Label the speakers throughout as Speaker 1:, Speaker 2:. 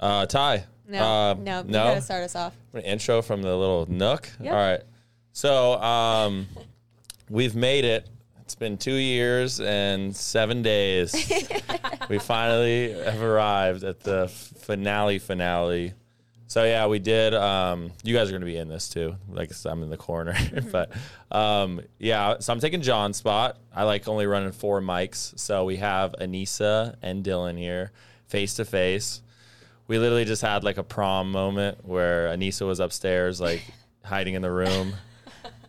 Speaker 1: Uh, Ty.
Speaker 2: No,
Speaker 1: Uh,
Speaker 2: no, you
Speaker 1: no.
Speaker 2: gotta start us off.
Speaker 1: An intro from the little nook.
Speaker 2: Yep.
Speaker 1: All right. So um, we've made it. It's been two years and seven days. we finally have arrived at the finale finale. So yeah, we did. Um, you guys are going to be in this too. Like I said, I'm in the corner,
Speaker 2: Mm-hmm.
Speaker 1: but um, yeah. So I'm taking John's spot. I like only running four mics, so we have Anissa and Dylan here face to face we literally just had like a prom moment where Anissa was upstairs, like hiding in the room.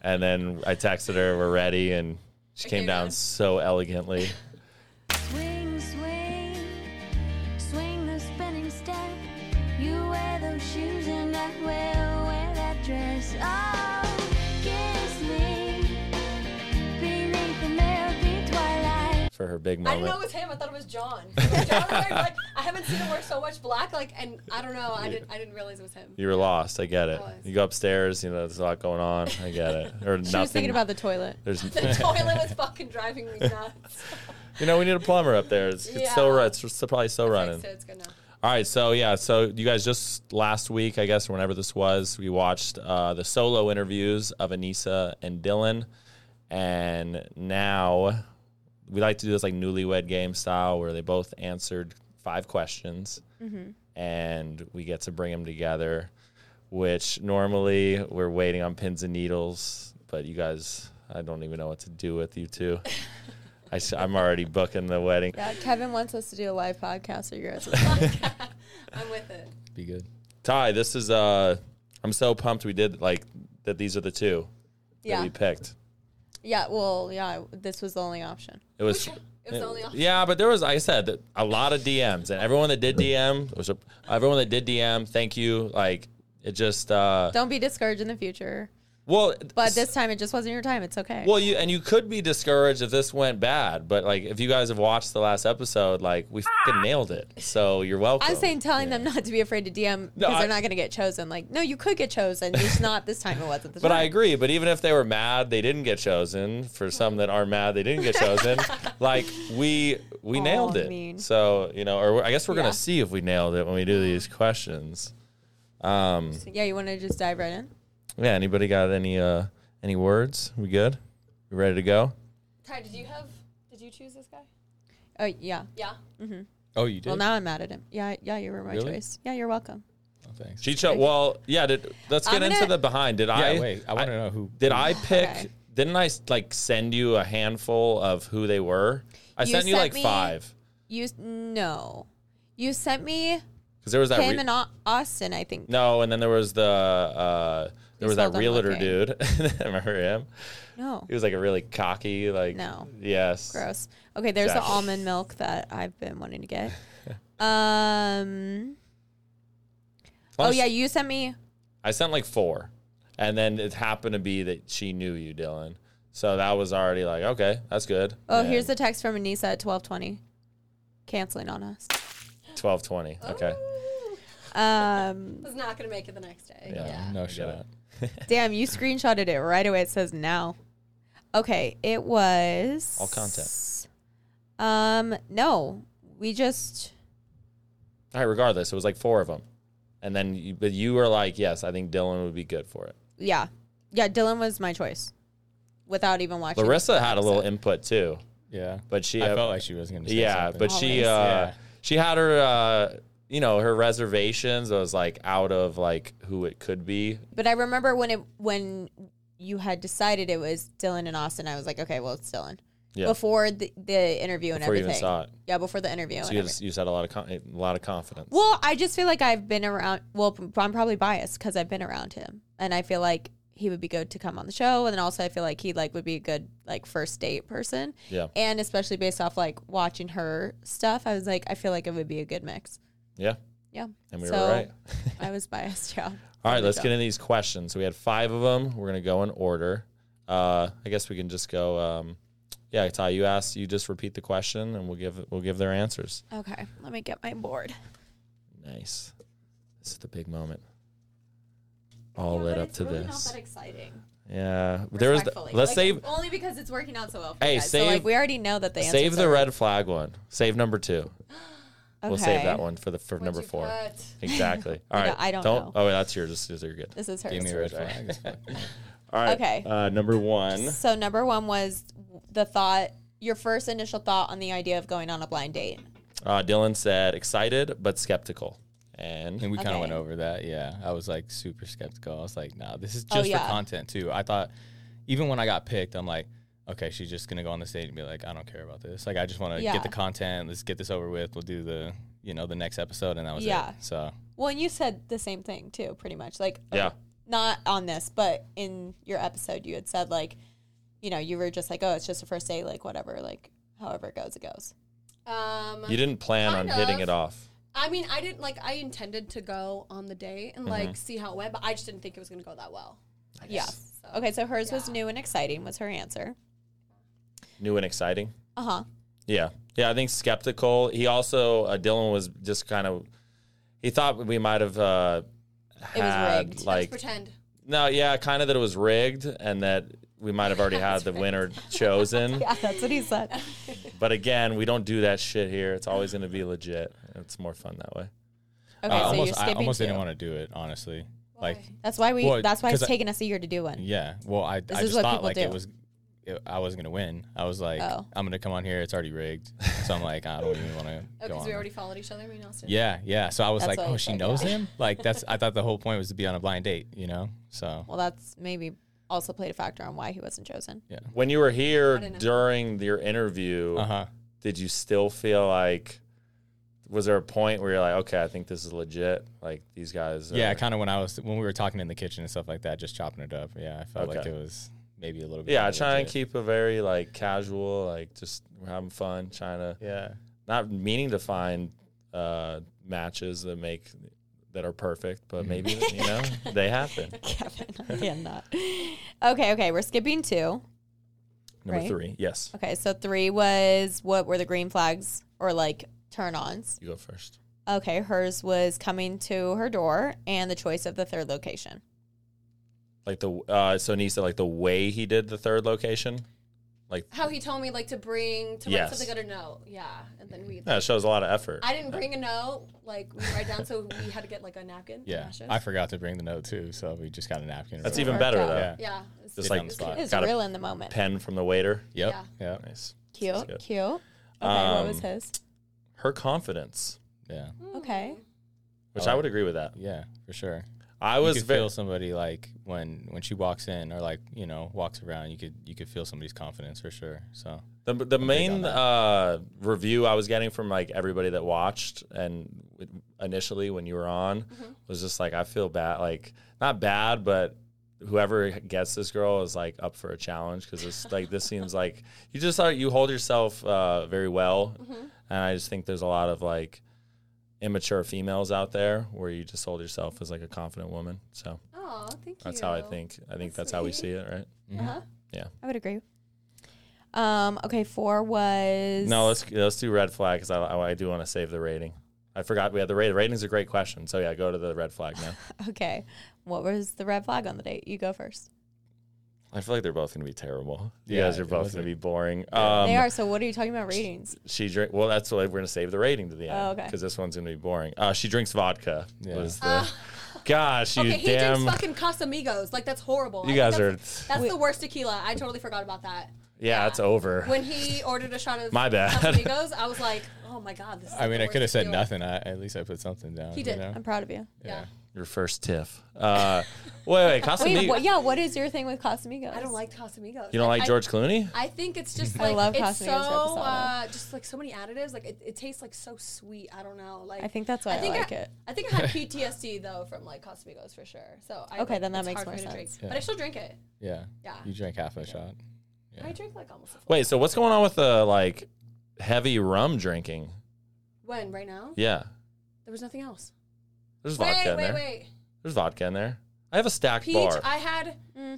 Speaker 1: And then I texted her, we're ready. And she came
Speaker 2: Okay,
Speaker 1: down
Speaker 2: guys.
Speaker 1: so elegantly.
Speaker 3: Swing, swing, swing the spinning step. You wear those shoes and I will wear that dress. Oh, kiss me beneath the milky twilight.
Speaker 1: For her big
Speaker 4: I didn't know it
Speaker 1: moment.
Speaker 4: was him. I thought it was John. John wearing like I haven't seen him wear so much black. Like, and I don't know. I didn't. I didn't realize it was him.
Speaker 1: You were lost. I get it.
Speaker 4: I was.
Speaker 1: You go upstairs, you know, there's a lot going on. I get it. Or
Speaker 2: She
Speaker 1: nothing.
Speaker 2: was thinking about the toilet.
Speaker 1: there's,
Speaker 4: The toilet was fucking driving me nuts.
Speaker 1: you know, we need a plumber up there. It's, it's so
Speaker 4: Yeah.
Speaker 1: ru- it's just probably so running.
Speaker 4: So it's good now.
Speaker 1: All right, so yeah, so you guys just last week, I guess, or whenever this was, we watched uh, the solo interviews of Anissa and Dylan, and now we like to do this like newlywed game style where they both answered five questions, and we get to bring them together. Which normally we're waiting on pins and needles, but you guys, I don't even know what to do with you two. I, s- I'm already booking the wedding.
Speaker 2: Yeah, Kevin wants us to do a live podcast, so you guys.
Speaker 4: I'm with it.
Speaker 1: be good. Ty, this is uh I'm so pumped we did like that these are the two that
Speaker 2: Yeah,
Speaker 1: we picked.
Speaker 2: yeah. Well, yeah. I- This was the only option.
Speaker 1: It was
Speaker 4: It was the only option.
Speaker 1: Yeah, but there was like I said that a lot of DMs and everyone that did DM was a, everyone that did DM, thank you. Like it just uh
Speaker 2: Don't be discouraged in the future.
Speaker 1: well
Speaker 2: But this time, it just wasn't your time. It's okay.
Speaker 1: well you and you could be discouraged if this went bad, but like if you guys have watched the last episode, like we fucking nailed it. So you're welcome.
Speaker 2: I'm saying telling them not to be afraid to DM because
Speaker 1: I-
Speaker 2: they're not going to get chosen. Like, no, you could get chosen. It's not this time. It wasn't this
Speaker 1: But I
Speaker 2: time.
Speaker 1: agree. But even if they were mad, they didn't get chosen. For some that are mad, they didn't get chosen. like we we
Speaker 2: Aw,
Speaker 1: nailed it.
Speaker 2: mean.
Speaker 1: So you know, or we're- I guess we're
Speaker 2: Yeah.
Speaker 1: gonna see if we nailed it when we do these questions. Um,
Speaker 2: yeah, you want to just dive right in?
Speaker 1: Yeah. Anybody got any uh any words? We good? We ready to go?
Speaker 4: Ty, did you have? Did you choose this guy?
Speaker 2: Oh yeah.
Speaker 4: Yeah.
Speaker 5: Oh, you did?
Speaker 2: Well, now I'm mad at him. Yeah, yeah. You were my
Speaker 5: Really?
Speaker 2: choice. Yeah, you're welcome.
Speaker 5: Oh, thanks.
Speaker 1: She chose. Well, yeah. Did, let's
Speaker 2: I'm
Speaker 1: get into
Speaker 2: gonna-
Speaker 1: the behind. Did
Speaker 5: yeah,
Speaker 1: I?
Speaker 5: wait. I want to know who.
Speaker 1: Did I pick?
Speaker 2: Okay.
Speaker 1: Didn't I like send you a handful of who they were? I
Speaker 2: You
Speaker 1: sent you
Speaker 2: sent
Speaker 1: like
Speaker 2: me-
Speaker 1: five
Speaker 2: You s- no. You sent me
Speaker 1: because there was that.
Speaker 2: Cam
Speaker 1: re-
Speaker 2: and Au- Austin, I think.
Speaker 1: No, and then there was the uh, there was that
Speaker 2: spelled him
Speaker 1: realtor
Speaker 2: okay.
Speaker 1: dude. Remember him?
Speaker 2: No.
Speaker 1: He was like a really cocky, like
Speaker 2: No.
Speaker 1: yes,
Speaker 2: Gross. Okay, there's
Speaker 1: Exactly.
Speaker 2: the almond milk that I've been wanting to get. um Oh
Speaker 1: Plus,
Speaker 2: yeah, you sent me
Speaker 1: I sent like four, and then it happened to be that she knew you, Dylan. So that was already like okay, that's good.
Speaker 2: Oh, here's the text from Anissa at 12:20 canceling on us.
Speaker 1: twelve twenty. Okay,
Speaker 2: Oh, Um
Speaker 4: Was not gonna make it the next day.
Speaker 1: Yeah.
Speaker 4: Yeah.
Speaker 1: I
Speaker 5: No
Speaker 1: get
Speaker 5: shot.
Speaker 2: damn, you screenshotted it right away. It says now. Okay, it was
Speaker 1: All content.
Speaker 2: Um no, we just
Speaker 1: all right. Regardless, it was like four of them, and then you, but you were like, yes, I think Dylan would be good for it.
Speaker 2: yeah. Yeah, Dylan was my choice without even watching.
Speaker 1: Larissa had a little input too,
Speaker 5: Yeah.
Speaker 1: but she
Speaker 5: I felt like she was going to say
Speaker 1: Yeah,
Speaker 5: something.
Speaker 1: but she
Speaker 2: Always.
Speaker 1: uh,
Speaker 5: Yeah.
Speaker 1: she had her uh, you know her reservations was like out of like who it could be.
Speaker 2: But I remember when it when you had decided it was Dylan and Austin, I was like, okay, well, it's Dylan.
Speaker 1: Yeah,
Speaker 2: Before the, the interview and
Speaker 1: before you
Speaker 2: everything.
Speaker 1: even saw it,
Speaker 2: Yeah, before the interview.
Speaker 1: so
Speaker 2: and
Speaker 1: you
Speaker 2: everything.
Speaker 1: just, you just had a lot of con- a lot of confidence.
Speaker 2: well, I just feel like I've been around. Well, p- I'm probably biased because I've been around him, and I feel like he would be good to come on the show, and then also I feel like he like would be a good like first date person,
Speaker 1: Yeah,
Speaker 2: and especially based off like watching her stuff, I was like, I feel like it would be a good mix.
Speaker 1: yeah,
Speaker 2: Yeah,
Speaker 1: and we
Speaker 2: So-
Speaker 1: were right.
Speaker 2: I was biased. Yeah.
Speaker 1: All right,
Speaker 2: Good
Speaker 1: let's
Speaker 2: job.
Speaker 1: get into these questions. So we had five of them. We're gonna go in order. Uh, I guess we can just go. Um, yeah, Ty, you asked. You just repeat the question, and we'll give we'll give their answers.
Speaker 2: Okay, let me get my board.
Speaker 1: Nice. This is the big moment. All led up to this.
Speaker 2: exciting.
Speaker 1: Yeah, there was. The,
Speaker 2: Respectfully.
Speaker 1: let's
Speaker 2: Like,
Speaker 1: save.
Speaker 2: only because it's working out so well. For
Speaker 1: Hey,
Speaker 2: you guys. so
Speaker 1: save-
Speaker 2: like we already know that they
Speaker 1: Save the red flag one. Save number two. We'll save
Speaker 2: Okay.
Speaker 1: that one for the for number
Speaker 4: you
Speaker 1: four.
Speaker 4: put?
Speaker 1: Exactly. All
Speaker 2: I
Speaker 1: right.
Speaker 2: don't- I don't know.
Speaker 1: Oh, wait, that's yours. This is you're good.
Speaker 2: This is
Speaker 5: Give me a
Speaker 2: hers.
Speaker 5: red flag. as fuck.
Speaker 1: All right.
Speaker 2: Okay.
Speaker 1: Uh, number one.
Speaker 2: So number one was the thought, your first initial thought on the idea of going on a blind date.
Speaker 1: Uh, Dylan said excited but skeptical, and
Speaker 5: And we kind of
Speaker 2: Okay.
Speaker 5: went over that. Yeah. I was like super skeptical. I was like, nah, this is
Speaker 2: Oh,
Speaker 5: just
Speaker 2: yeah.
Speaker 5: for content too. I thought, even when I got picked, I'm like, okay, she's just going to go on the stage and be like, I don't care about this. Like, I just want to
Speaker 2: Yeah.
Speaker 5: get the content. Let's get this over with. We'll do the, you know, the next episode. And that was
Speaker 2: Yeah.
Speaker 5: it. So,
Speaker 2: Well, and you said the same thing too, pretty much. Like,
Speaker 1: yeah,
Speaker 2: not on this, but in your episode, you had said like, you know, you were just like, oh, it's just a first date, like whatever, like however it goes, it goes.
Speaker 4: Um,
Speaker 1: you didn't plan on
Speaker 4: Kind
Speaker 1: hitting
Speaker 4: of.
Speaker 1: it off.
Speaker 4: I mean, I didn't like. I intended to go on the date and
Speaker 1: Mm-hmm.
Speaker 4: like see how it went, but I just didn't think it was gonna go that well. I
Speaker 2: Yeah.
Speaker 4: guess. So,
Speaker 2: Okay, so hers was
Speaker 4: Yeah.
Speaker 2: new and exciting was her answer.
Speaker 1: New and exciting.
Speaker 2: Uh huh.
Speaker 1: Yeah, yeah. I think skeptical. He also uh, Dylan was just kind of. He thought we might have. Uh,
Speaker 2: It was
Speaker 1: had,
Speaker 2: rigged.
Speaker 4: Let's
Speaker 1: Like
Speaker 4: pretend.
Speaker 1: no, yeah, kind of that it was rigged and that we might have already had the winner chosen.
Speaker 2: Yeah, that's what he said.
Speaker 1: But again, we don't do that shit here. It's always going to be legit. It's more fun that way. Uh,
Speaker 2: Okay,
Speaker 5: I
Speaker 2: so
Speaker 5: almost,
Speaker 2: you're
Speaker 5: I
Speaker 2: skipping
Speaker 5: almost
Speaker 2: two.
Speaker 5: didn't want to do it, honestly. Like,
Speaker 4: Why?
Speaker 2: That's why we.
Speaker 5: Well,
Speaker 2: that's why it's
Speaker 5: 'cause I-
Speaker 2: taken us a year to do one.
Speaker 5: Yeah. Well, I, I
Speaker 2: is
Speaker 5: just
Speaker 2: what
Speaker 5: thought
Speaker 2: people
Speaker 5: like it
Speaker 2: do.
Speaker 5: was, it, I wasn't gonna win. I was like,
Speaker 2: Oh.
Speaker 5: I'm gonna come on here. It's already rigged. So I'm like, I don't even want
Speaker 4: Oh,
Speaker 5: to go on.
Speaker 4: because we already followed each other. We announced it.
Speaker 5: yeah, yeah. So I was
Speaker 2: That's
Speaker 5: like,
Speaker 2: what I
Speaker 5: oh, she
Speaker 2: said,
Speaker 5: knows
Speaker 2: yeah.
Speaker 5: him. Like that's. I thought the whole point was to be on a blind date. You know. So
Speaker 2: Well, that's maybe also played a factor on why he wasn't chosen.
Speaker 1: When you were here
Speaker 4: don't know.
Speaker 1: during your interview,
Speaker 5: uh huh.
Speaker 1: did you still feel like was there a point where you're like, okay, I think this is legit? Like these guys, are,
Speaker 5: Yeah, kind of when I was when we were talking in the kitchen and stuff like that, just chopping it up. Yeah, I felt like
Speaker 1: Okay.
Speaker 5: it was maybe a little bit.
Speaker 1: yeah.
Speaker 5: more
Speaker 1: Trying to
Speaker 5: legit.
Speaker 1: keep a very like casual, like just we're having fun, trying to
Speaker 5: Yeah.
Speaker 1: not meaning to find uh, matches that make that are perfect, but
Speaker 5: Mm-hmm.
Speaker 1: maybe you know they happen.
Speaker 2: Kevin, I cannot. Okay, okay, we're skipping two.
Speaker 1: Number
Speaker 2: Right.
Speaker 1: three, yes,
Speaker 2: Okay, so three was what were the green flags or like turn ons?
Speaker 1: you go first.
Speaker 2: Okay, hers was coming to her door and the choice of the third location.
Speaker 1: Like the uh, so Nisa, like the way he did the third location, like
Speaker 4: How he told me like to bring to
Speaker 1: Yes.
Speaker 4: write something on a note. Yeah, and then we.
Speaker 1: yeah, it shows a lot of effort.
Speaker 4: I didn't bring a note. Like we write down, so we had to get like a napkin. to
Speaker 5: Yeah.
Speaker 4: match it.
Speaker 5: I forgot to bring the note too, so we just got a napkin.
Speaker 1: That's
Speaker 5: or
Speaker 1: even
Speaker 5: whatever.
Speaker 1: better
Speaker 4: Worked
Speaker 1: though.
Speaker 4: out.
Speaker 5: Yeah.
Speaker 4: yeah. it's-
Speaker 1: Just
Speaker 5: Sit
Speaker 1: like
Speaker 5: on the spot.
Speaker 2: It was
Speaker 1: Got a
Speaker 2: real in the moment.
Speaker 1: pen from the waiter.
Speaker 5: Yep.
Speaker 4: Yeah.
Speaker 5: Yeah.
Speaker 1: Nice.
Speaker 2: Cute,
Speaker 1: good.
Speaker 2: cute. Okay, what was
Speaker 1: Um,
Speaker 2: his?
Speaker 1: her confidence,
Speaker 5: Yeah.
Speaker 2: Okay,
Speaker 1: which
Speaker 5: Oh.
Speaker 1: I would agree with that.
Speaker 5: Yeah. For sure.
Speaker 1: I
Speaker 5: you
Speaker 1: was
Speaker 5: could
Speaker 1: very
Speaker 5: feel somebody like when when she walks in or like you know walks around you could you could feel somebody's confidence for sure so
Speaker 1: the, the main
Speaker 5: that.
Speaker 1: uh, review I was getting from like everybody that watched and with- initially when you were on
Speaker 4: Mm-hmm.
Speaker 1: was just like I feel bad, like not bad, but whoever gets this girl is like up for a challenge because it's like this seems like you just like, you hold yourself uh, very well,
Speaker 4: Mm-hmm.
Speaker 1: and I just think there's a lot of like immature females out there where you just hold yourself as like a confident woman. So
Speaker 4: Oh, thank you.
Speaker 1: that's how I think. I think that's how we see it, right?
Speaker 4: Uh-huh.
Speaker 5: Mm-hmm.
Speaker 2: I would agree. Um, okay, four was
Speaker 1: No, let's let's do red flag because I, I, I do want to save the rating. I forgot we had the rating. Rating's a great question, so yeah, go to the red flag now.
Speaker 2: okay. What was the red flag on the date? You go first.
Speaker 1: I feel like they're both going to be terrible. You
Speaker 5: Yeah,
Speaker 1: guys are
Speaker 5: it
Speaker 1: both
Speaker 5: was
Speaker 1: going to be boring. Um,
Speaker 2: they are. So what are you talking about ratings?
Speaker 1: She drink. Well, that's why we're going to save the rating to the
Speaker 2: Oh,
Speaker 1: end
Speaker 2: okay.
Speaker 1: because this one's going to be boring. Uh, she drinks vodka.
Speaker 5: Yeah.
Speaker 1: Was the gosh you
Speaker 4: Uh, Okay, he
Speaker 1: damn
Speaker 4: drinks fucking Casamigos. Like that's horrible.
Speaker 1: you
Speaker 4: I think
Speaker 1: guys are
Speaker 4: that's- That's the worst tequila. I totally forgot about that.
Speaker 1: yeah, it's over.
Speaker 4: When he ordered a shot of
Speaker 1: My bad.
Speaker 4: Casamigos, I was like, oh my god, this. Is
Speaker 5: i mean
Speaker 4: the
Speaker 5: i could have
Speaker 4: worst
Speaker 5: said
Speaker 4: tequila.
Speaker 5: nothing I, at least i put something down
Speaker 4: He did. Um,
Speaker 5: you know?
Speaker 2: I'm proud of you.
Speaker 4: Yeah.
Speaker 1: Your first tiff. Uh, wait, wait,
Speaker 2: Wait,
Speaker 1: Casamigos.
Speaker 2: what, yeah. What is your thing with Casamigos?
Speaker 4: I don't like Casamigos.
Speaker 1: You don't like
Speaker 4: I-
Speaker 1: George Clooney?
Speaker 4: I think it's just
Speaker 2: I
Speaker 4: like
Speaker 2: love
Speaker 4: it's
Speaker 2: Casamigos
Speaker 4: so
Speaker 2: reposado.
Speaker 4: uh, just like so many additives. Like it, it tastes like so sweet. I don't know. Like
Speaker 2: I think that's why I,
Speaker 4: think
Speaker 2: like it.
Speaker 4: I think I had PTSD though from like Casamigos for sure. So I,
Speaker 2: Okay,
Speaker 4: like,
Speaker 2: then that
Speaker 4: it's
Speaker 2: makes
Speaker 4: hard
Speaker 2: more
Speaker 4: for me to
Speaker 2: sense.
Speaker 4: Drink. But I still drink it.
Speaker 5: yeah
Speaker 4: Yeah.
Speaker 5: you drank half a shot Yeah.
Speaker 4: I drink like almost. A full
Speaker 1: Wait, so what's going on with the like heavy rum drinking?
Speaker 4: When right now?
Speaker 1: Yeah,
Speaker 4: There was nothing else.
Speaker 1: there's vodka
Speaker 4: wait,
Speaker 1: in
Speaker 4: wait,
Speaker 1: there.
Speaker 4: wait.
Speaker 1: There's vodka in there. I have a stack
Speaker 4: Peach.
Speaker 1: bar.
Speaker 4: I had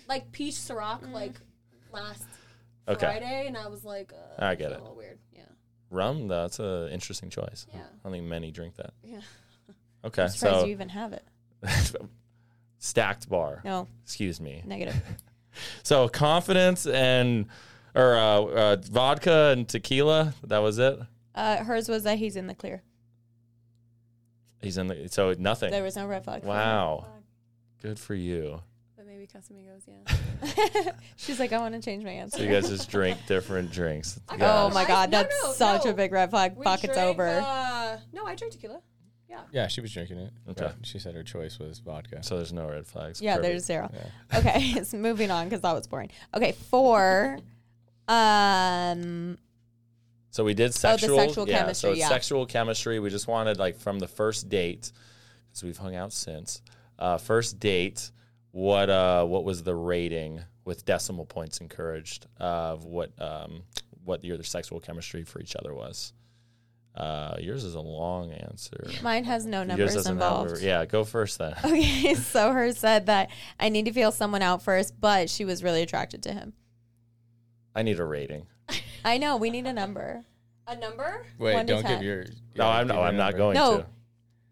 Speaker 4: like peach Ciroc
Speaker 2: Mm.
Speaker 4: like last
Speaker 1: Okay.
Speaker 4: Friday, and I was like, uh,
Speaker 1: I get
Speaker 4: it's
Speaker 1: it.
Speaker 4: A little weird. Yeah.
Speaker 1: Rum, though, that's an interesting choice.
Speaker 4: Yeah.
Speaker 1: I don't think many drink that.
Speaker 4: Yeah.
Speaker 1: Okay,
Speaker 2: I'm surprised
Speaker 1: so
Speaker 2: you even have it.
Speaker 1: stacked bar.
Speaker 2: No,
Speaker 1: Excuse me.
Speaker 2: negative.
Speaker 1: So confidence and or uh, uh, vodka and tequila. That was it.
Speaker 2: Uh, hers was that he's in the clear.
Speaker 1: He's in the so nothing.
Speaker 2: There was no red flag. for
Speaker 1: wow, good for you.
Speaker 4: But maybe Casamigos, yeah.
Speaker 2: her. She's like, I want to change my answer.
Speaker 1: So you guys just drink different drinks.
Speaker 4: I got
Speaker 2: Oh
Speaker 1: Guys.
Speaker 2: my
Speaker 4: I-
Speaker 2: god,
Speaker 4: no,
Speaker 2: that's
Speaker 4: no,
Speaker 2: such
Speaker 4: no.
Speaker 2: a big red flag.
Speaker 4: We
Speaker 2: Buckets
Speaker 4: drank,
Speaker 2: over.
Speaker 4: Uh, no, I drank tequila.
Speaker 5: Yeah, she was drinking it.
Speaker 1: Okay.
Speaker 5: Right. She said her choice was vodka.
Speaker 1: So there's no red flags.
Speaker 2: yeah,
Speaker 1: Perfect.
Speaker 2: there's zero.
Speaker 5: Yeah.
Speaker 2: Okay, it's moving on because that was boring. Okay, four. um,
Speaker 1: So we did sexual.
Speaker 2: Oh, sexual
Speaker 1: yeah,
Speaker 2: chemistry,
Speaker 1: So it's
Speaker 2: yeah.
Speaker 1: sexual chemistry. We just wanted like from the first date, because we've hung out since. Uh, first date. What uh what was the rating with decimal points encouraged of what um what your sexual chemistry for each other was? Uh, yours is a long answer.
Speaker 2: mine has no
Speaker 1: yours
Speaker 2: numbers
Speaker 1: doesn't
Speaker 2: involved.
Speaker 1: have. A, yeah, go first then.
Speaker 2: Okay, so her said that I need to feel someone out first, but she was really attracted to him.
Speaker 1: I need a rating.
Speaker 2: I know we need a number.
Speaker 4: A number?
Speaker 5: Wait,
Speaker 2: One to
Speaker 5: don't give
Speaker 2: ten.
Speaker 5: your.
Speaker 1: No, I'm no,
Speaker 5: give your
Speaker 1: I'm not
Speaker 5: number.
Speaker 1: going
Speaker 2: No,
Speaker 1: to.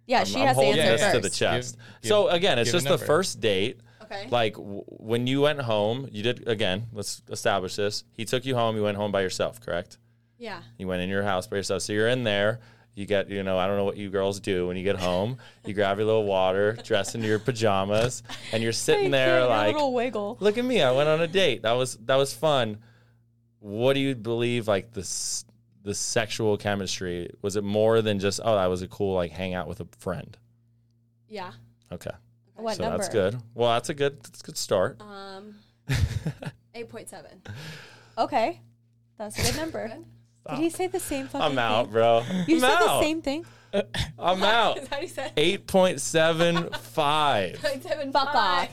Speaker 2: Yeah,
Speaker 1: I'm,
Speaker 2: she
Speaker 1: I'm
Speaker 2: has to
Speaker 1: holding
Speaker 2: answer
Speaker 1: this to
Speaker 2: first.
Speaker 1: the chest.
Speaker 5: Give- give-
Speaker 1: so again, it's
Speaker 5: give a
Speaker 1: just the
Speaker 5: number.
Speaker 1: first date.
Speaker 4: Okay.
Speaker 1: Like w- when you went home, you did again. Let's establish this. He took you home. You went home by yourself, correct?
Speaker 4: yeah.
Speaker 1: You went in your house by yourself. So you're in there. You get, you know, I don't know what you girls do when you get home. you grab your little water, dress into your pajamas, and you're sitting there like,
Speaker 2: little wiggle.
Speaker 1: look at me i went on a date that was that was fun what do you believe like this the sexual chemistry was it more than just oh that was a cool like hang out with a friend
Speaker 4: Yeah.
Speaker 1: okay
Speaker 2: What
Speaker 1: so
Speaker 2: number?
Speaker 1: that's good well that's a good that's a good start
Speaker 4: Um, 8.7.
Speaker 2: Okay, that's a good number. Did he say the same fucking
Speaker 1: i'm out
Speaker 2: thing?
Speaker 1: bro
Speaker 2: You
Speaker 1: i'm
Speaker 2: said the
Speaker 1: out
Speaker 2: same thing.
Speaker 1: i'm out
Speaker 4: Is that what he said?
Speaker 1: 8.75
Speaker 4: 8.75.
Speaker 2: Fuck off.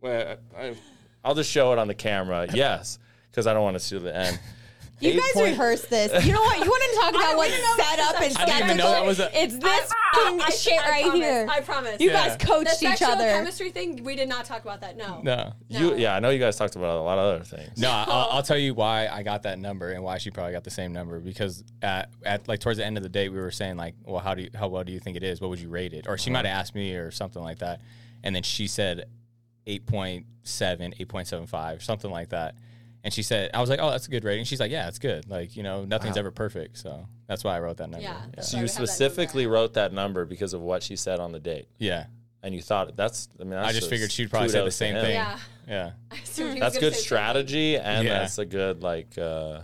Speaker 5: Well, I-
Speaker 1: i'll just show it on the camera yes because i don't want to see the end
Speaker 2: You
Speaker 1: Eight
Speaker 2: guys
Speaker 1: point-
Speaker 2: rehearsed this. You know what? You want to talk about what's set up and
Speaker 5: I didn't even know that
Speaker 2: skeptical?
Speaker 5: was a-
Speaker 2: It's this fucking
Speaker 4: I-
Speaker 2: shit
Speaker 4: I
Speaker 2: right
Speaker 4: promise,
Speaker 2: here.
Speaker 4: I promise.
Speaker 2: you
Speaker 5: Yeah.
Speaker 2: guys
Speaker 4: the
Speaker 2: coached
Speaker 4: sexual
Speaker 2: each other.
Speaker 4: chemistry thing, we did not talk about that. No.
Speaker 5: no.
Speaker 1: you
Speaker 4: No.
Speaker 1: yeah i know you guys talked about a lot of other things
Speaker 5: No, I- I'll, I'll tell you why I got that number and why she probably got the same number because at, at like towards the end of the day we were saying like, well, how do you, how well do you think it is? What would you rate it? Or
Speaker 1: Uh-huh.
Speaker 5: she might have asked me or something like that, and then she said 8.7, 8.75, something like that. And she said, I was like, oh, that's a good rating. She's like, yeah, it's good. Like you know, nothing's ever perfect, so that's why I wrote that number.
Speaker 4: Yeah.
Speaker 5: yeah.
Speaker 4: that's
Speaker 1: so
Speaker 4: why
Speaker 1: you
Speaker 4: we have that number.
Speaker 1: specifically wrote that number because of what she said on the date
Speaker 5: Yeah.
Speaker 1: and you thought that's I mean that's
Speaker 5: just figured she'd probably
Speaker 1: kudos
Speaker 5: say the
Speaker 1: to him.
Speaker 5: same thing.
Speaker 4: Yeah.
Speaker 5: Yeah.
Speaker 4: I assumed he was
Speaker 1: That's
Speaker 4: gonna
Speaker 1: good
Speaker 4: say
Speaker 1: strategy and
Speaker 5: Yeah.
Speaker 1: that's a good like uh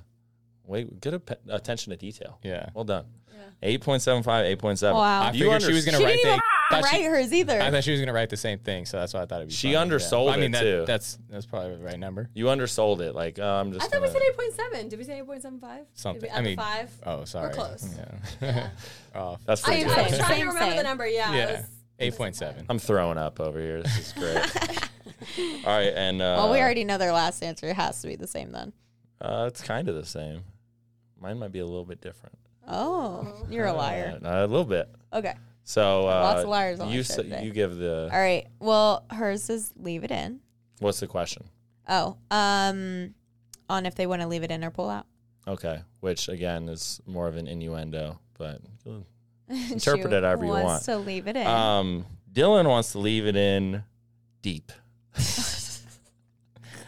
Speaker 1: wait good ap- attention to detail.
Speaker 5: Yeah.
Speaker 1: Well done.
Speaker 4: something.
Speaker 1: Eight point seven five, eight point seven.
Speaker 2: Wow.
Speaker 5: I figured she was gonna
Speaker 2: She
Speaker 5: write
Speaker 2: didn't
Speaker 5: things.
Speaker 2: even
Speaker 5: thought she-
Speaker 2: write hers either.
Speaker 5: I thought she was gonna write the same thing, so that's why I thought it'd be.
Speaker 1: She
Speaker 5: funny, yeah.
Speaker 1: undersold
Speaker 5: I mean,
Speaker 1: it,
Speaker 5: that,
Speaker 1: too.
Speaker 5: That's that's probably the right number.
Speaker 1: You undersold it. Like uh, I'm just
Speaker 4: I thought we
Speaker 1: gonna-
Speaker 4: said 8.7. Did we say 8.75? Did we
Speaker 5: Something.
Speaker 4: add
Speaker 5: I
Speaker 4: the
Speaker 5: mean,
Speaker 4: five?
Speaker 5: Oh, sorry.
Speaker 4: close.
Speaker 5: Yeah. Off.
Speaker 1: that's
Speaker 4: I,
Speaker 1: pretty
Speaker 4: I was
Speaker 1: good.
Speaker 2: Same,
Speaker 4: trying
Speaker 2: same,
Speaker 4: to remember the
Speaker 2: same.
Speaker 4: number. Yeah. I
Speaker 5: Yeah.
Speaker 4: was-
Speaker 5: Eight point seven.
Speaker 1: I'm throwing up over here. This is great. All right, and uh,
Speaker 2: well, we already know their last answer. It has to be the same then.
Speaker 1: uh, it's kind of the same. Mine might be a little bit different.
Speaker 2: Oh, you're a liar.
Speaker 1: Uh, a little bit.
Speaker 2: Okay.
Speaker 1: So uh,
Speaker 2: Lots of liars on
Speaker 1: You
Speaker 2: this show today.
Speaker 1: you give the
Speaker 2: All right. Well, hers is leave it in.
Speaker 1: what's the question?
Speaker 2: Oh, um, on if they want to leave it in or pull out.
Speaker 1: Okay, which again is more of an innuendo, but interpret it however you
Speaker 2: wants
Speaker 1: want.
Speaker 2: to leave it in.
Speaker 1: Um, Dylan wants to leave it in deep.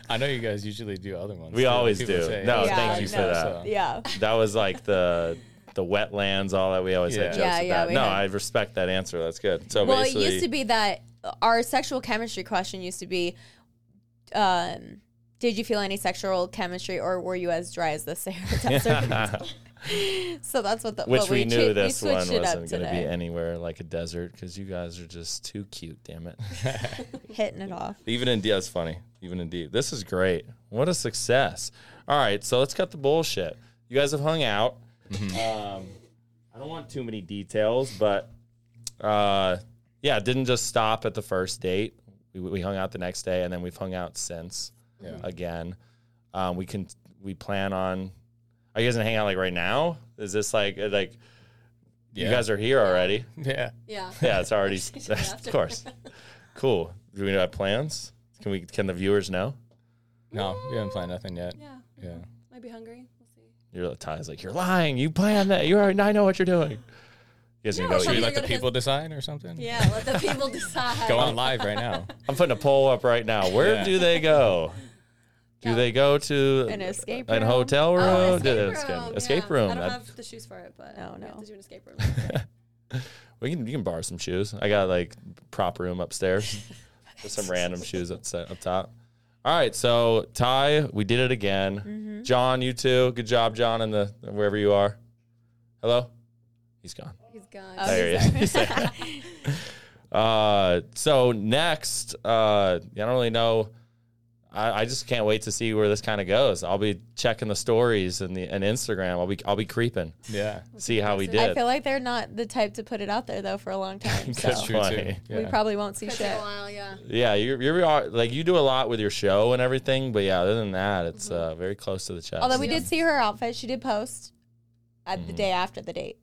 Speaker 5: I know you guys usually do other ones.
Speaker 1: We
Speaker 5: too.
Speaker 1: always
Speaker 5: People
Speaker 1: do.
Speaker 5: say-
Speaker 1: No,
Speaker 2: Yeah,
Speaker 1: thank you for
Speaker 2: no.
Speaker 1: that.
Speaker 5: So-
Speaker 2: yeah.
Speaker 1: That was like the the wetlands, all that we always
Speaker 5: Yeah.
Speaker 1: had jokes
Speaker 2: Yeah,
Speaker 1: about.
Speaker 2: yeah, we
Speaker 1: no,
Speaker 2: had-
Speaker 1: I respect that answer. That's good. So
Speaker 2: Well, it
Speaker 1: basically,
Speaker 2: used to be that our sexual chemistry question used to be, um, did you feel any sexual chemistry or were you as dry as the Sahara Desert? so that's what the
Speaker 1: which
Speaker 2: what
Speaker 1: we,
Speaker 2: cha-
Speaker 1: knew this one
Speaker 2: switched it up
Speaker 1: wasn't going to be
Speaker 2: today.
Speaker 1: anywhere like a desert because you guys are just too cute. Damn it.
Speaker 2: hitting it off.
Speaker 1: Even in D, that's funny. Even in D, this is great. What a success! All right, so let's cut the bullshit. You guys have hung out.
Speaker 5: Mm-hmm.
Speaker 1: Um, I don't want too many details, but uh, yeah, it didn't just stop at the first date. We, we hung out the next day, and then we've hung out since.
Speaker 5: Yeah.
Speaker 1: Again, um, we can we plan on. Are you guys gonna hang out like right now? Is this like like
Speaker 5: Yeah.
Speaker 1: you guys are here already?
Speaker 5: Yeah.
Speaker 4: Yeah.
Speaker 1: Yeah, it's already. of
Speaker 4: after.
Speaker 1: course. Cool. Do we have plans? Can we? Can the viewers know?
Speaker 5: No, we haven't planned nothing yet.
Speaker 4: Yeah.
Speaker 5: Yeah.
Speaker 4: Might be hungry. We'll see.
Speaker 1: Your Ty's like, you're lying. You planned that. You already. I know what you're doing. You guys need to
Speaker 4: No,
Speaker 1: know
Speaker 5: Should
Speaker 1: what
Speaker 5: we
Speaker 1: you-
Speaker 5: let the
Speaker 4: gonna-
Speaker 5: people decide or something?
Speaker 4: Yeah. Let the people decide.
Speaker 5: Go on live right now.
Speaker 1: I'm putting a poll up right now. Where
Speaker 5: Yeah.
Speaker 1: do they go? Do they go to
Speaker 2: An escape
Speaker 1: an
Speaker 2: room?
Speaker 1: hotel room?
Speaker 4: Oh,
Speaker 1: Do
Speaker 4: escape
Speaker 1: they-
Speaker 4: room.
Speaker 1: escape room.
Speaker 4: I don't
Speaker 1: That- Oh,
Speaker 4: have the shoes for it, but
Speaker 2: No,
Speaker 4: we
Speaker 2: no.
Speaker 4: have to do an escape room.
Speaker 1: We can you can borrow some shoes. I got like prop room upstairs. There's some random shoes up set, up top. All right, so Ty, we did it again. John, you too. Good job, John, and the wherever you are. Hello, he's gone.
Speaker 4: He's gone.
Speaker 2: Oh,
Speaker 1: There he is. uh, so next, uh, I don't really know. I, I just can't wait to see where this kind of goes. I'll be checking the stories and the and Instagram. I'll be I'll be creeping,
Speaker 5: Yeah.
Speaker 1: see how we
Speaker 2: I
Speaker 1: did.
Speaker 2: feel like they're not the type to put it out there though for a long time. So
Speaker 1: That's
Speaker 5: That's true too.
Speaker 1: funny.
Speaker 2: we
Speaker 5: Yeah.
Speaker 2: probably won't see
Speaker 4: Could
Speaker 2: shit.
Speaker 4: take a while, yeah.
Speaker 1: yeah, you're, you're are- like you do a lot with your show and everything, but yeah, other than that, it's uh, very close to the chest.
Speaker 2: Mm-hmm. Although we did see her outfit, she did post at
Speaker 1: Mm-hmm.
Speaker 2: the day after the date.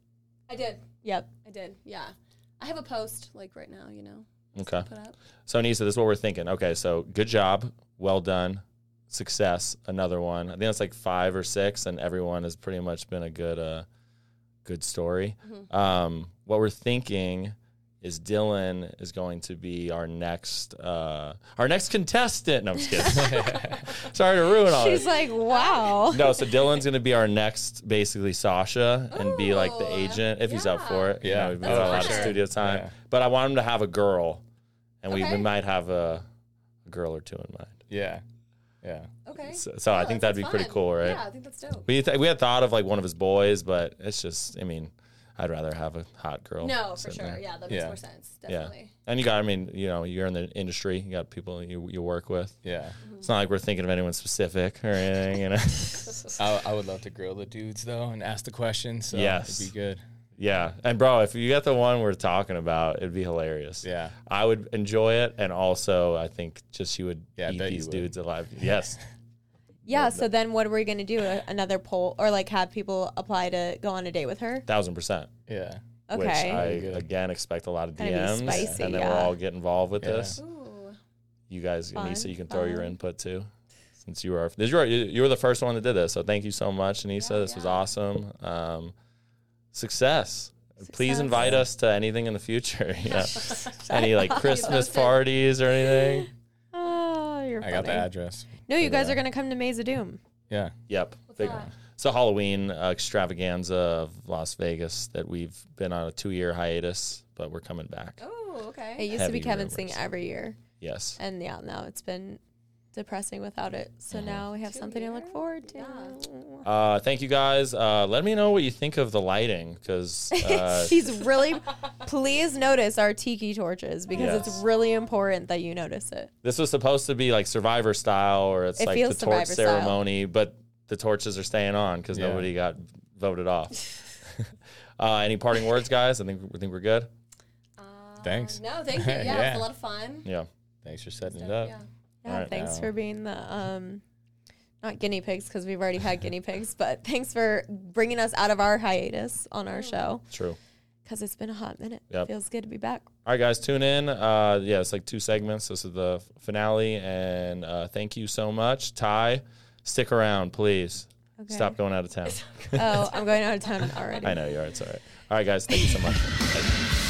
Speaker 4: I did.
Speaker 2: Yep.
Speaker 4: I did. Yeah. I have a post like right now, you know,
Speaker 1: okay.
Speaker 4: put up.
Speaker 1: So Nisa, this is what we're thinking. Okay, so good job, well done, success, another one. I think that's like five or six, and everyone has pretty much been a good, uh, good story.
Speaker 2: Mm-hmm.
Speaker 1: Um, what we're thinking is Dylan is going to be our next, uh, our next contestant. No, I'm just kidding. Sorry to ruin all
Speaker 2: She's
Speaker 1: this.
Speaker 2: like, wow.
Speaker 1: no, so Dylan's gonna be our next, basically Sasha, and be like the
Speaker 4: Ooh,
Speaker 1: agent if he's up
Speaker 4: yeah.
Speaker 1: for it. You
Speaker 5: Yeah.
Speaker 1: know, we've got
Speaker 5: That's
Speaker 1: a lot
Speaker 4: awesome.
Speaker 1: of studio time.
Speaker 5: Yeah.
Speaker 1: But I want him to have a girl, and we, we
Speaker 4: Okay.
Speaker 1: might have a, a girl or two in mind.
Speaker 5: Yeah. Yeah.
Speaker 4: Okay.
Speaker 1: So, so I
Speaker 4: Oh,
Speaker 1: think
Speaker 4: that
Speaker 1: that'd
Speaker 4: sounds
Speaker 1: be pretty
Speaker 4: fun.
Speaker 1: cool, right?
Speaker 4: Yeah, I think that's dope.
Speaker 1: We th- we had thought of like one of his boys, but it's just, I mean, I'd rather have a hot girl.
Speaker 4: No, for
Speaker 1: sitting
Speaker 4: sure.
Speaker 1: there.
Speaker 4: Yeah, that makes
Speaker 5: Yeah.
Speaker 4: more sense.
Speaker 1: Yeah.
Speaker 4: Definitely.
Speaker 1: And you got, I mean, you know, you're in the industry, you got people you you work with.
Speaker 5: Yeah.
Speaker 4: Mm-hmm.
Speaker 1: It's not like we're thinking of anyone specific or anything, you know.
Speaker 5: I, I would love to grill the dudes though and ask the questions. So
Speaker 1: Yes.
Speaker 5: It'd be good.
Speaker 1: Yeah. And bro, if you got the one we're talking about, it'd be hilarious.
Speaker 5: Yeah.
Speaker 1: I would enjoy it and also I think just you would
Speaker 5: Yeah, I
Speaker 1: eat
Speaker 5: bet you
Speaker 1: these
Speaker 5: would.
Speaker 1: dudes alive. Yes.
Speaker 2: Yeah. So then, what are we gonna do? A- Another poll, or like have people apply to go on a date with her?
Speaker 1: Thousand percent.
Speaker 5: Yeah.
Speaker 1: Which I
Speaker 2: Okay.
Speaker 5: Very good.
Speaker 1: again expect a lot of
Speaker 2: Gotta be
Speaker 1: DMs.
Speaker 2: spicy,
Speaker 1: and then we'll
Speaker 2: yeah.
Speaker 1: all get involved with
Speaker 5: Yeah.
Speaker 1: this.
Speaker 4: Ooh.
Speaker 1: You guys
Speaker 2: Fun,
Speaker 1: Anissa, you can throw your
Speaker 2: fun.
Speaker 1: input too. Since you were you were, you were the first one that did this. So thank you so much, Anissa.
Speaker 4: Yeah,
Speaker 1: this was
Speaker 4: yeah.
Speaker 1: awesome. Um, success. Please
Speaker 2: Success.
Speaker 1: invite us to anything in the future. Yeah. Any like Christmas
Speaker 4: posted.
Speaker 1: parties or anything.
Speaker 2: Oh, you're
Speaker 5: I got the
Speaker 2: funny.
Speaker 5: address.
Speaker 2: No, you guys
Speaker 5: Yeah.
Speaker 2: are gonna come to Mesa Doom.
Speaker 5: Yeah.
Speaker 1: Yep. Big-
Speaker 4: that?
Speaker 1: It's a Halloween uh, extravaganza of Las Vegas that we've been on a two year hiatus, but we're coming back.
Speaker 4: Oh, okay.
Speaker 2: It used to
Speaker 1: Heavy
Speaker 2: be Kevin
Speaker 1: rumors.
Speaker 2: Singh every year,
Speaker 1: Yes.
Speaker 2: and yeah, now it's been depressing without it. So now we have
Speaker 4: Two
Speaker 2: something to look
Speaker 4: years?
Speaker 2: forward to.
Speaker 4: Yeah.
Speaker 1: Uh, thank you guys. Uh, let me know what you think of the lighting because uh,
Speaker 2: He's really. Please notice our tiki torches because
Speaker 1: Yes.
Speaker 2: it's really important that you notice it.
Speaker 1: this was supposed to be like Survivor style or it's
Speaker 2: It
Speaker 1: like the
Speaker 2: feels
Speaker 1: torch
Speaker 2: Survivor style.
Speaker 1: ceremony, but the torches are staying on because
Speaker 5: Yeah.
Speaker 1: nobody got voted off. uh, any parting words, guys? I think we think we're good.
Speaker 4: Uh,
Speaker 5: Thanks.
Speaker 4: No, thank you. Yeah, it was
Speaker 5: Yeah.
Speaker 4: a lot of fun.
Speaker 1: Yeah.
Speaker 5: Thanks for setting it up.
Speaker 4: Yeah.
Speaker 2: Yeah,
Speaker 1: Alright.
Speaker 2: thanks
Speaker 5: Wow.
Speaker 2: for being the um, not guinea pigs because we've already had guinea pigs, but thanks for bringing us out of our hiatus on our show
Speaker 1: True.
Speaker 2: because it's been a hot minute.
Speaker 1: Yep.
Speaker 2: Feels good to be back.
Speaker 1: All right, guys, tune in. Uh, yeah, it's like two segments. This is the finale, and uh, thank you so much, Ty. Stick around, please.
Speaker 2: Okay.
Speaker 1: Stop going out of town.
Speaker 2: Oh, I'm going out of town already.
Speaker 1: I know you are. It's all right. All right, guys, thank you so much. Thank you.